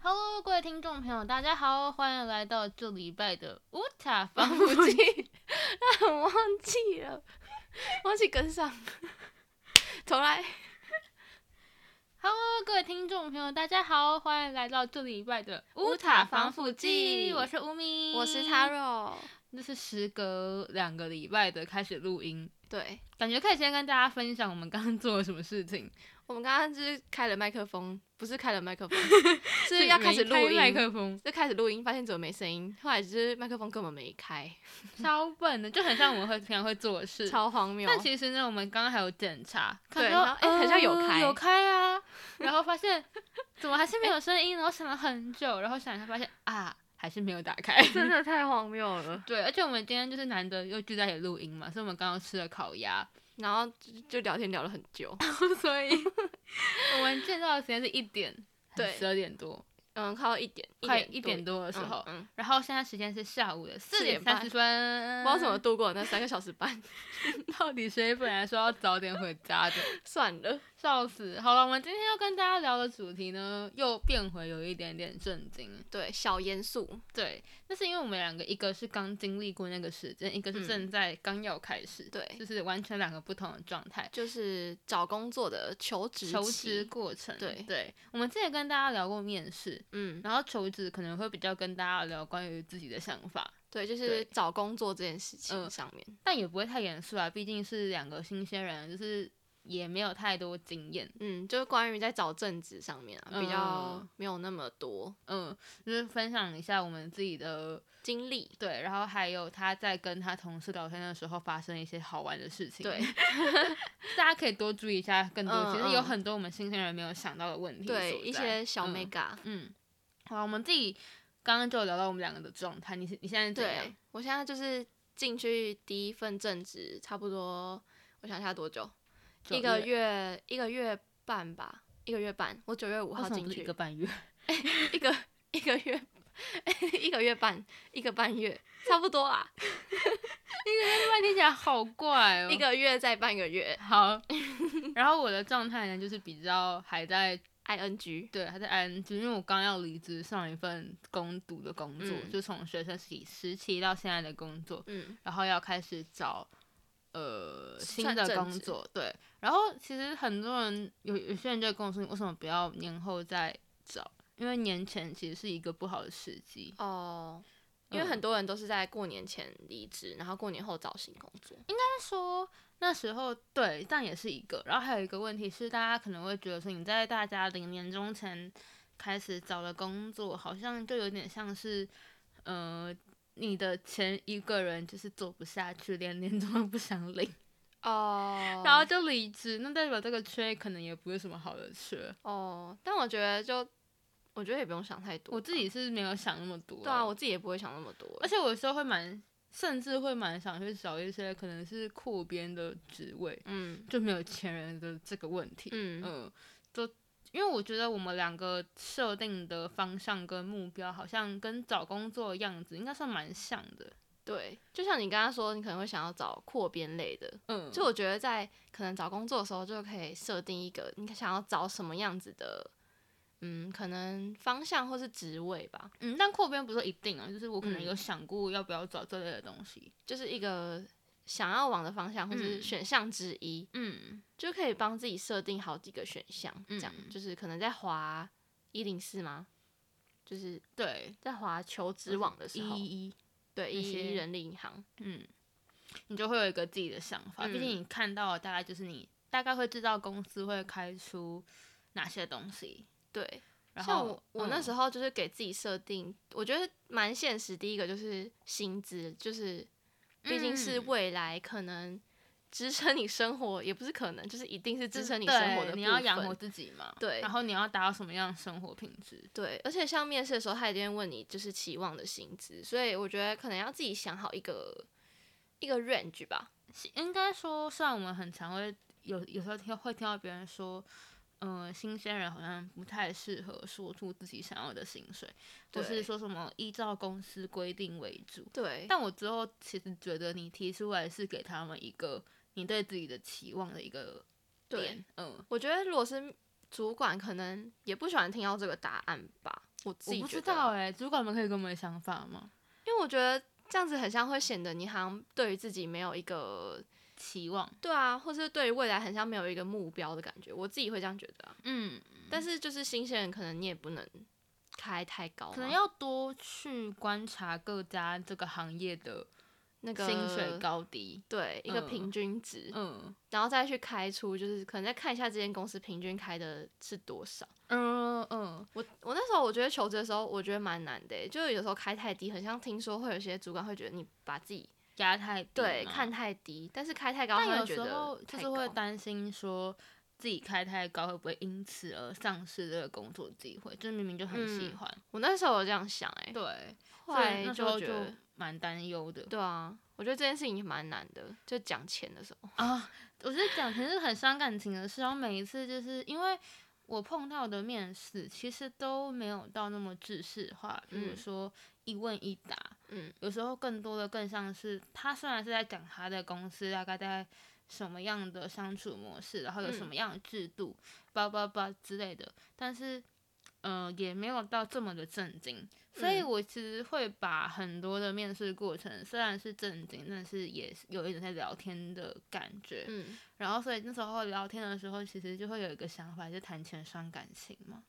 Hello，各位听众朋友，大家好，欢迎来到这礼拜的乌 塔防腐剂。那我忘记了，忘记跟上，重来。 Hello，各位听众朋友，大家好，欢迎来到这礼拜的乌塔防腐剂我是乌咪，我是 Taro，这是时隔两个礼拜的开始录音，对感觉可以先跟大家分享我们刚刚做了什么事情，我们刚刚就是开了麦克风，不是开了麦克 风，是要开始录没开麦音，克风，就开始录音，发现怎么没声音，后来就是麦克风根本没开，超笨的，就很像我们会平常会做的事。超荒谬。但其实呢，我们刚刚还有检查，看对到然后诶好像有呃开有开啊，然后发现怎么还是没有声音，然后想了很久，然后想一下发现啊，还是没有打开。 真的太荒谬了。对，而且我们今天就是难得又聚在一起录音嘛，所以我们刚刚吃了烤鸭，然后就就聊天聊了很久， 所以 我们见到的时间是一点，对十二点多，嗯，靠一点，快一一点多多的时候。嗯，嗯然后现在时间是下午的四点点三半十分，不知道怎么度过那三个小时半， 到底谁本来说要早点回家的？算了，笑死！好了，我们今天要跟大家聊的主题呢，又变回有一点点震惊。对，小严肃，对，那是因为我们两个，一个是刚经历过那个时间，一个是嗯正在刚要开始，对，就是完全两个不同的状态。就是找工作的求职求期职，过程，对对，我们之前跟大家聊过面试，嗯，然后求职可能会比较跟大家聊关于自己的想法，对，就是对找工作这件事嗯情上面，但也不会太严肃啊，毕竟是两个新鲜人，就是也没有太多经验，嗯，就是关于在找正职上面啊，比较嗯没有那么多嗯，就是分享一下我们自己的经历。对，然后还有他在跟他同事聊天的时候发生一些好玩的事情，欸对大家可以多注意一下更多。嗯其实有嗯很多我们新鲜人没有想到的问题所在，对，一些小嗯 mega。嗯，好，我们自己刚刚就有聊到我们两个的状态，你是你现在是怎对样？我现在就是进去第一份正职，差不多我想一下多久，九一个月一个月半吧，一个月半。我九月五为号什么进不是去一，个半月？ 一个一个月 一个月半，一个半月，差不多啊啦，突然听起来好怪哦。一个月再半个月 好，然后我的状态呢，就是比较还在，ing。对还在 ing，因为我刚要离职上一份攻读的工作，嗯就从学生时期时期到现在的工作，嗯，然后要开始找呃新算的正工职作，对。然后其实很多人有有些人就会跟我说，你为什么不要年后再找？因为年前其实是一个不好的时机，哦。因为嗯很多人都是在过年前离职，然后过年后找新工作。但是说那时候对，但也是一个。然后还有一个问题是，大家可能会觉得说，你在大家领年终前开始找的工作，好像就有点像是呃。你的前一个人就是做不下去，连年终都不想领，哦，然后就离职，那代表这个缺可能也不是什么好的缺。哦，但我觉得就，我觉得也不用想太多吧。我自己是没有想那么多。啊对啊，我自己也不会想那么多。而且我有时候会蛮，甚至会蛮想去找一些可能是扩编的职位，嗯就没有前人的这个问题。嗯嗯，就因为我觉得我们两个设定的方向跟目标，好像跟找工作的样子应该算蛮像的。对，就像你刚刚说，你可能会想要找扩编类的。嗯，就我觉得在可能找工作的时候，就可以设定一个你想要找什么样子的，嗯，可能方向或是职位吧，嗯，但扩编不是说一定啊，就是我可能嗯有想过要不要找这类的东西。就是一个想要往的方向或是嗯选项之一，嗯就可以帮自己设定好几个选项，这样、嗯就是可能在滑一零四吗？就是对，在滑求职网的时嗯候，一一对，那一些一人力银行，嗯，你就会有一个自己的想法。毕竟嗯你看到的大概就是你大概会知道公司会开出哪些东西。对。然后嗯像我，我那时候、候就是给自己设定，我觉得蛮现实。第一个就是薪资，就是毕竟是嗯未来可能支撑你生活，也不是可能，就是一定是支撑嗯你对生活的你部要养分活自己嘛，对然后你要达到什么样的生活品质？对，而且像面试的时候，他一定会问你就是期望的薪资，所以我觉得可能要自己想好一个一个 range 吧。是应该说，虽然我们很常会有有时候听会听到别人说。嗯，新鲜人好像不太适合说出自己想要的薪水，或是对说什么依照公司规定为主。对，但我之后其实觉得你提出来是给他们一个你对自己的期望的一个对点，嗯，我觉得如果是主管可能也不喜欢听到这个答案吧。我自己我不知觉得道哎、主管们可以给我们想法吗？因为我觉得这样子很像会显得你好像对于自己没有一个期望，对啊，或是对于未来很像没有一个目标的感觉。我自己会这样觉得啊。嗯，但是就是新鲜人，可能你也不能开太高嘛，可能要多去观察各家这个行业的那个薪水高低，对一个嗯平均值，嗯然后再去开出，就是可能再看一下这间公司平均开的是多少。嗯嗯，我我那时候我觉得求职的时候，我觉得蛮难的欸，就是有时候开太低，很像听说会有些主管会觉得你把自己压太低对嘛看太低，但是开太高，他但会有觉时候得就太是会高担心说自己开太高会不会因此而丧失这个工作机会，就是明明就很喜嗯欢，欸我那时候有这样想哎，对，后所来以那时候觉就得蛮担忧的对啊，我觉得这件事情蛮难的，就讲钱的时候，啊。我觉得讲其实很伤感情的事，然后每一次就是因为我碰到的面试其实都没有到那么制式化，比如嗯说一问一答，嗯有时候更多的更像是他虽然是在讲他的公司大概在什么样的相处模式，然后有什嗯么样的制度，叭叭叭之类的，但是呃也没有到这么的震惊，所以嗯我其实会把很多的面试过程虽然是震惊，但是也是有一种在聊天的感觉，嗯，然后所以那时候聊天的时候，其实就会有一个想法，就谈钱伤感情嘛，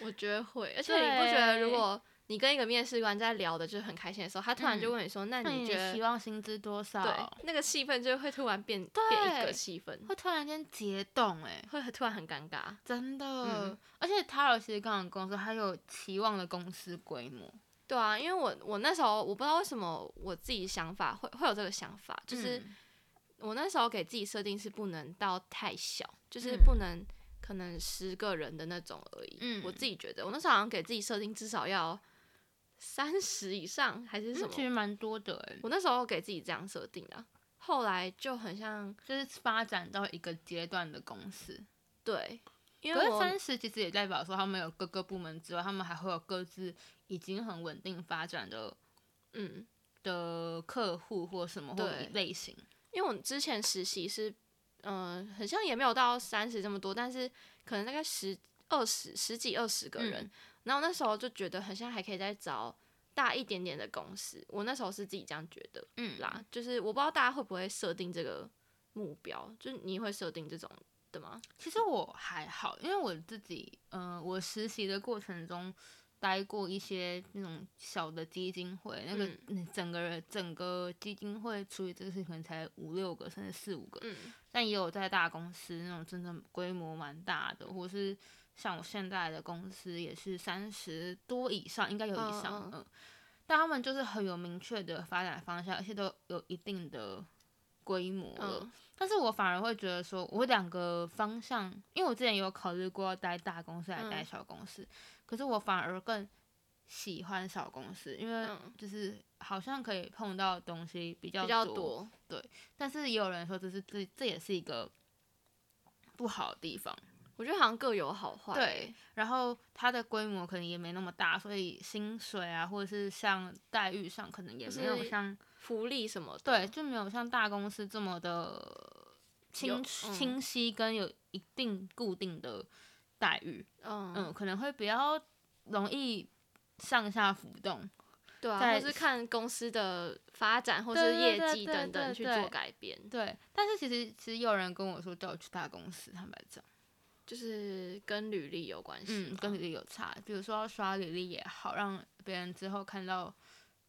我觉得会，而且你不觉得如对果你跟一个面试官在聊的就是很开心的时候，他突然就嗯问你说，那那你你觉得希望薪资多少？对那个气氛就会突然变变一个对气氛，会突然间解冻哎、会突然很尴尬。真的，嗯而且他有其实刚刚跟我说，他有期望的公司规模，对啊，因为我我那时候我不知道为什么我自己想法会会有这个想法，就是嗯我那时候给自己设定是不能到太小，就是嗯不能可能十个人的那种而已。嗯我自己觉得我那时候好像给自己设定至少要三十以上还是嗯什么其，实蛮多的欸，我那时候给自己这样设定的。后来就很像就是发展到一个阶段的公司。对，因可为是我三十其实也代表说，他们有各个部门之外，他们还会有各自已经很稳定发展的嗯，的客户或什么或对类型。因为我之前实习是，嗯、很像也没有到三十这么多，但是可能大概十二十十几二十个人。嗯然后那时候就觉得很像还可以再找大一点点的公司，我那时候是自己这样觉得嗯啦。就是我不知道大家会不会设定这个目标，就是你会设定这种的吗？其实我还好，因为我自己，嗯、我实习的过程中待过一些那种小的基金会，那个嗯嗯整个人整个基金会处理这个事情可能才五六个，甚至四五个，嗯但也有在大公司那种真正规模蛮大的，或是像我现在的公司也是三十多以上，应该有以上，嗯嗯嗯，但他们就是很有明确的发展方向，而且都有一定的规模了。嗯但是我反而会觉得说，我两个方向，因为我之前有考虑过要待大公司还是待嗯小公司，可是我反而更喜欢小公司，因为嗯就是好像可以碰到的东西比较比较多。但是也有人说这是这这也是一个不好的地方，我觉得好像各有好坏、欸对然后它的规模可能也没那么大，所以薪水啊或者是像待遇上可能也没有就是像福利什么的。对，就没有像大公司这么的有清楚嗯清晰跟有一定固定的待遇，嗯嗯，可能会比较容易上下浮动。对啊，或在是看公司的发展或是对对业对绩对等等对去对做改变。对，但是其实其实有人跟我说叫我去大公司，坦白讲，就是跟履历有关系吗，嗯，跟履历有差，比如说要刷履历也好，让别人之后看到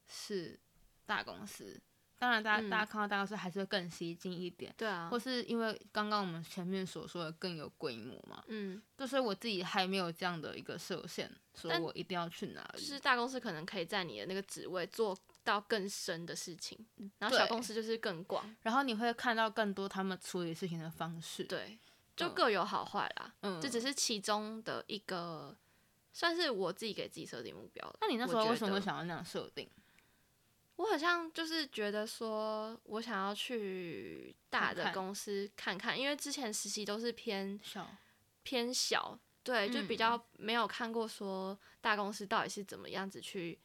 是大公司。当然大，家、大家嗯看到大公司还是会更吸睛一点，对啊或，是因为刚刚我们前面所说的更有规模嘛，嗯，就是我自己还没有这样的一个设限，说但我一定要去哪就里。是大公司可能可以在你的那个职位做到更深的事情，然后小嗯对公司就是更广，然后你会看到更多他们处理事情的方式。，对，就嗯各有好坏啦，嗯，这只。是其中的一个，算是我自己给自己设定目标的。那你那我时候觉为什么会得想要那样设定？我好像就是觉得说，我想要去大看的看公司看看，因为之前实习都是偏小，偏小，对，就比嗯较没有看过说大公司到底是怎么样子去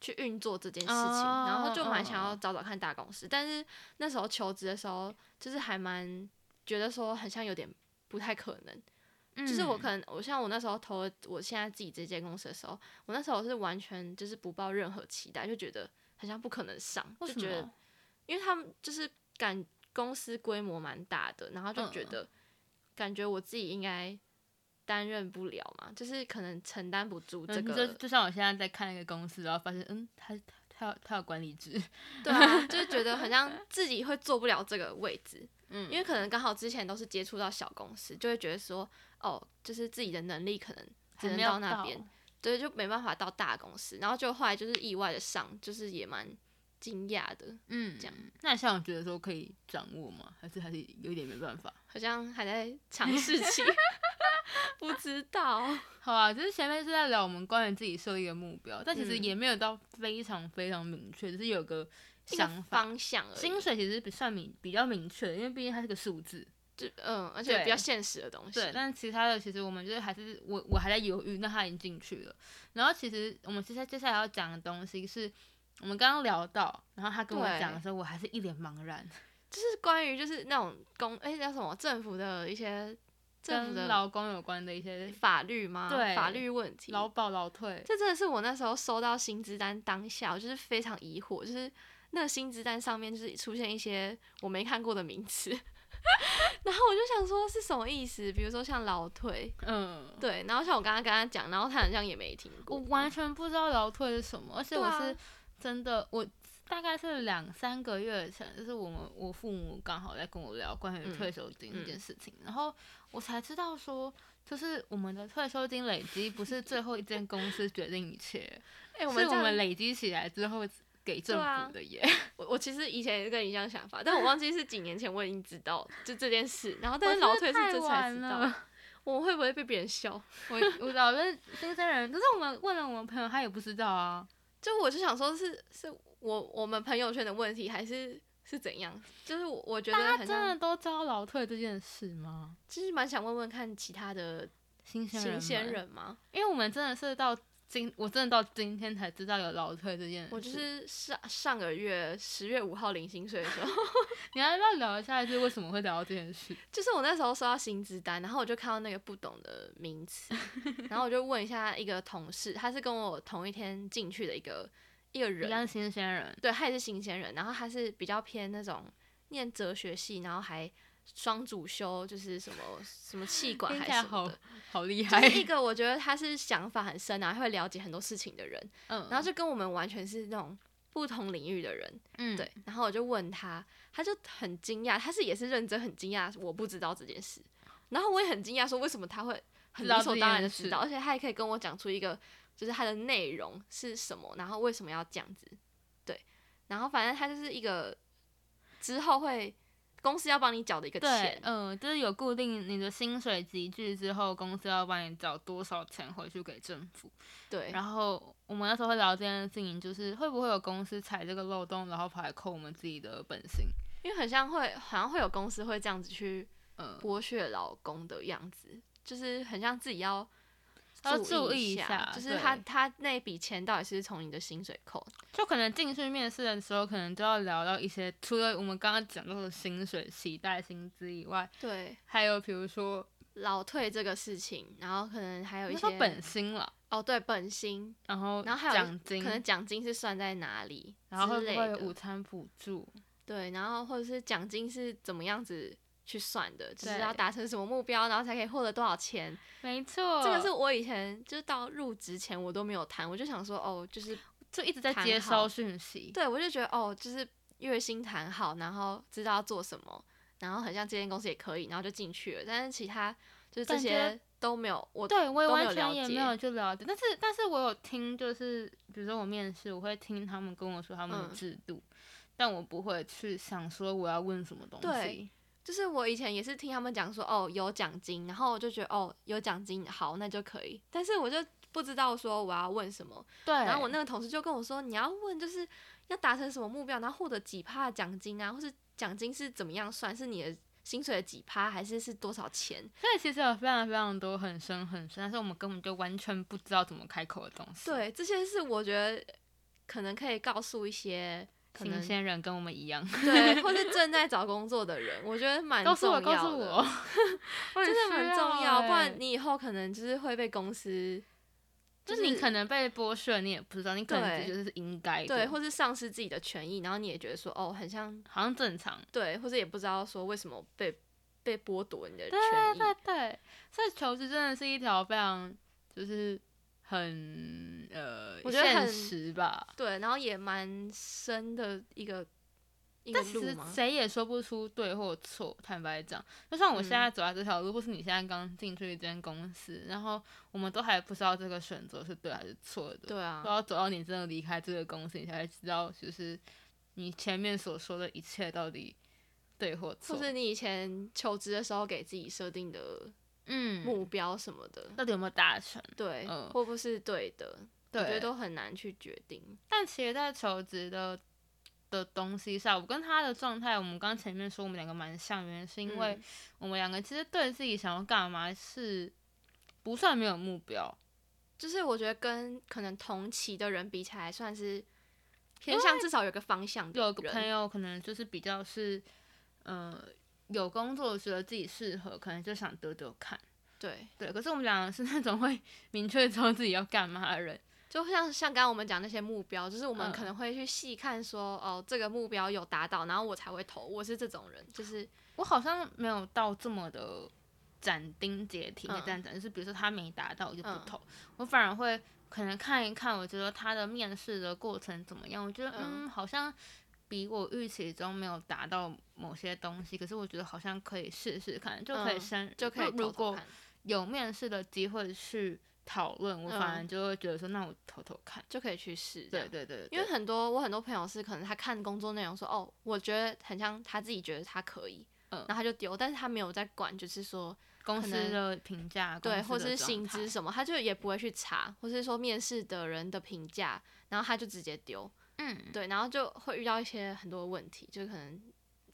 去运作这件事情，哦然后就蛮想要嗯找找看大公司。但是那时候求职的时候，就是还蛮觉得说很像有点不太可能，就是我嗯可能我像我那时候投了我现在自己这间公司的时候，我那时候是完全就是不抱任何期待，就觉得好像不可能上，为就什觉得么？因为他们就是感公司规模蛮大的，然后就觉嗯得、感觉我自己应该担任不了嘛，就是可能承担不住这嗯个，就就像我现在在看一个公司，然后发现，嗯，他他他有他有管理 制，对啊，就是觉得好像自己会做不了这个位置，嗯因为可能刚好之前都是接触到小公司，就会觉得说哦，就是自己的能力可能还还能没有到那边，对，就没办法到大公司，然后就后来就是意外的上，就是也蛮惊讶的，嗯，这样。那你像我觉得说可以掌握吗？还是还是有一点没办法？好像还在尝试期， 不知道。好啊，就是前面是在聊我们关于自己设立的目标，但其实嗯也没有到非常非常明确，只是有个一个想法。方向而已，薪水其实比算明比较明确的，因为毕竟它是个数字。就嗯，而且比较对现实的东西。对，但其他的其实我们就是还是我我还在犹豫，那他已经进去了。然后其实我们接下接下来要讲的东西是我们刚刚聊到，然后他跟我对讲的时候，我还是一脸茫然。就是关于就是那种公哎、叫什么政府的一些政跟府的劳工有关的一些法律吗？对法律问题。劳保劳退，这真的是我那时候收到薪资单当下，我就是非常疑惑，就是那个薪资单上面就是出现一些我没看过的名词， 然后我就想说是什么意思？比如说像劳退，嗯，对，然后像我刚刚跟他讲，然后他好像也没听我过，完全不知道劳退是什么，而且对我啊是真的，我大概是两三个月前，就是我们我父母刚好在跟我聊关于嗯退休金这嗯件事情，然后我才知道说，就是我们的退休金累积不是最后一间公司决定一 切，哎、是我我们这样们累积起来之后给政对啊府的耶。我我其实以前也是跟你一样想法，但我忘记是几年前我已经知道就这件事，然后但是我老真退的是这太才晚知道了， 我会不会被别人笑？ 我 我老跟新生人，可是我们问了我们朋友，他也不知道啊。就我就想说是是我我们朋友圈的问题，还是是怎样？就是我我觉得大家很真的像，都知道劳退这件事吗？就是蛮想问问看其他的新鲜人新们，嗯鲜人嘛。因为我们真的是到今，我真的到今天才知道有劳退这件事。我就是上上个月十月五号领薪水的时候，你要不要聊一下，就是为什么会聊到这件事？就是我那时候收到薪资单，然后我就看到那个不懂的 名词，然后我就问一下一个同事，他是跟我同一天进去的一个一个人，像新鲜人，对，他也是新鲜人，然后他是比较偏那种念哲学系，然后还双主修，就是什么什么气管听还起是来什么好的。好厉害就。是一个我觉得他是想法很深啊，会了解很多事情的人，嗯，然后就跟我们完全是那种不同领域的人，嗯，对。然后我就问他，他就很惊讶，他是也是认真很惊讶，我不知道这件事，然后我也很惊讶，说为什么他会哦知很道理所这当然件的事知道，而且他也可以跟我讲出一个就是他的内容是什么，然后为什么要这样子，对。然后反正他就是一个之后会公司要帮你缴的一个对钱，，嗯，就是有固定你的薪水集聚之后，公司要帮你找多少钱回去给政府。对，然后我们那时候会聊这件事情，就是会不会有公司踩这个漏洞，然后跑来扣我们自己的本薪？因为很像会好像会有公司会这样子去嗯，剥削老公的样子，就是很像自己要要注注意意一一下下，就是他对他那笔钱到底是从你的薪水扣，就可能进去面试的时候，可能就要聊到一些除了我们刚刚讲到的薪水、期待、薪资以外，对，还有比如说老退这个事情，然后可能还有一你说些本薪了，哦对本薪，然后然后还有奖金，可能奖金是算在哪里然后会之不类会有午的，餐补助？对，然后或者是奖金是怎么样子。去算的，就是对要达成什么目标，然后才可以获得多少钱。没错，这个是我以前就是到入职前我都没有谈，我就想说哦，就是就一直在谈接收好讯息，对，我就觉得哦，就是月薪谈好，然后知道要做什么，然后很像这间公司也可以，然后就进去了。但是其他就是这感觉些都没有，我对，我也都没完有全了也解没有去了解，但是但是我有听，就是比如说我面试，我会听他们跟我说他们嗯的制度，但我不会去想说我要问什么东对西。就是我以前也是听他们讲说哦有奖金，然后我就觉得哦有奖金好那就可以，但是我就不知道说我要问什么。对，然后我那个同事就跟我说你要问就是要达成什么目标，然后获得几趴的奖金啊，或是奖金是怎么样算，是你的薪水的几趴，还是是多少钱？所以其实有非常非常多很深很深，但是我们根本就完全不知道怎么开口的东西。，对，这些是我觉得可能可以告诉一些可新能 鲜人跟我们一样，对，或是正在找工作的人，我觉得蛮告诉重要我，的，告诉 我，我很真的需蛮重要，不欸然你以后可能就是会被公司，就就是是你可能被剥削，你也不知道，你可能对就是应该的对，或是丧失自己的权益，然后你也觉得说，哦，很像好像正常。对，或者也不知道说为什么被被剥夺你的权对益，对对，所以求职真的是一条非常就是很呃我觉得现很实吧，对，然后也蛮深的一个一个但其路实嘛，谁也说不出对或错。坦白讲，就像我现嗯在走在这条路，或是你现在刚进去一间公司，然后我们都还不知道这个选择是对还是错的。对啊都，要走到你真的离开这个公司，你才会知道，就是你前面所说的一切到底对或错或。是你以前求职的时候给自己设定的嗯，目标什么的，到底有没有达成？对，嗯或不是对的，我觉得对，都很难去决定。但其实，在求职的的东西上，我跟他的状态，我们刚前面说我们两个蛮像，原因是因为嗯我们两个其实对自己想要干嘛是不算没有目标，就是我觉得跟可能同期的人比起来，算是偏向至少有个方向的有个朋人友可能就是比较是，呃，有工作觉得自己适合，可能就想丢丢看。对，对，可是我们两个是那种会明确知道自己要干嘛的人，就像像刚刚我们讲那些目标，就是我们嗯可能会去细看说，哦，这个目标有达到，然后我才会投。我是这种人，就是我好像没有到这么的斩钉截铁的嗯这样讲，就是比如说他没达到我就不嗯投，我反而会可能看一看，我觉得他的面试的过程怎么样，我觉得嗯嗯好像比我预期中没有达到某些东西，可是我觉得好像可以试试看，就可以嗯深、就可以如投投果看，有面试的机会去讨论，我反而嗯就会觉得说那我投投看，就可以去试。对，对对，因为对很多我很多朋友是可能他看工作内容说，哦，我觉得很像他自己觉得他可以，嗯然后他就丢，但是他没有在管，就是说公可司能的评价，对，公或司是的薪状态资什么，他就也不会去查，或是说面试的人的评价，然后他就直接丢，嗯，对，然后就会遇到一些很多问题，就是可能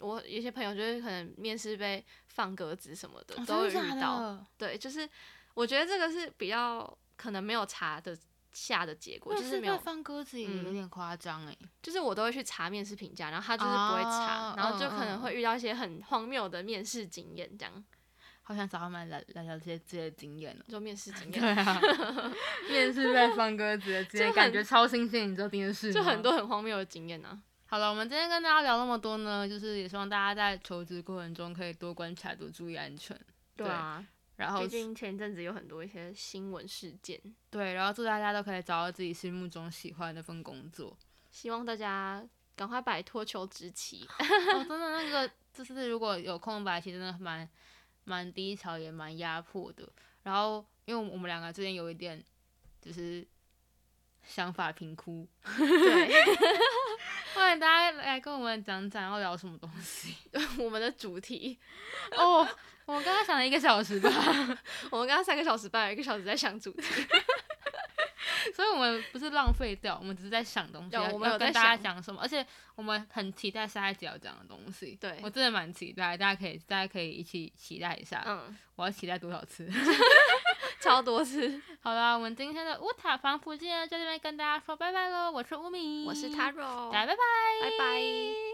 我有些朋友就是可能面试被放鸽子什么的，哦都会真的假遇到，的对，就是我觉得这个是比较可能没有查的下的结果，我也就是是没有被放鸽子也有嗯点夸张哎，就是我都会去查面试评价，然后他就是不会查，哦然后就可嗯嗯能会遇到一些很荒谬的面试经验，这样好想找他们来来聊这些这些经验哦。 就面试经对验啊，面试被放鸽子的 经验，就感很觉超新鲜。你知道这件事就吗很。多很荒谬的经验啊。好了，我们今天跟大家聊那么多呢，就是也希望大家在求职过程中可以多观察、多注意安全。对啊，然后毕竟前阵子有很多一些新闻事件，对，然后祝大家都可以找到自己心目中喜欢的那份工作。希望大家赶快摆脱求职期。 哦，真的那个就是如果有空白期，真的蛮蛮低潮，也蛮压迫的。然后因为我们两个之间有一点就是想法评估， 对，欢迎大家来跟我们讲讲要聊什么东西。我们的主题，哦，我们刚刚想了一个小时吧， 我们刚刚三个小时半，有一个小时在想主题。所以我们不是浪费掉，我们只是在想东西，有要我们有要跟在大家想讲什么，而且我们很期待下一集要讲的东西。对我真的蛮期待，大家可以大家可以一起期待一下。嗯，我要期待多少次？超多次。好啦，我们今天的乌塔防腐剂呢，就在这边跟大家说拜拜喽。我是乌米，我是 Taro，大家拜拜，拜拜。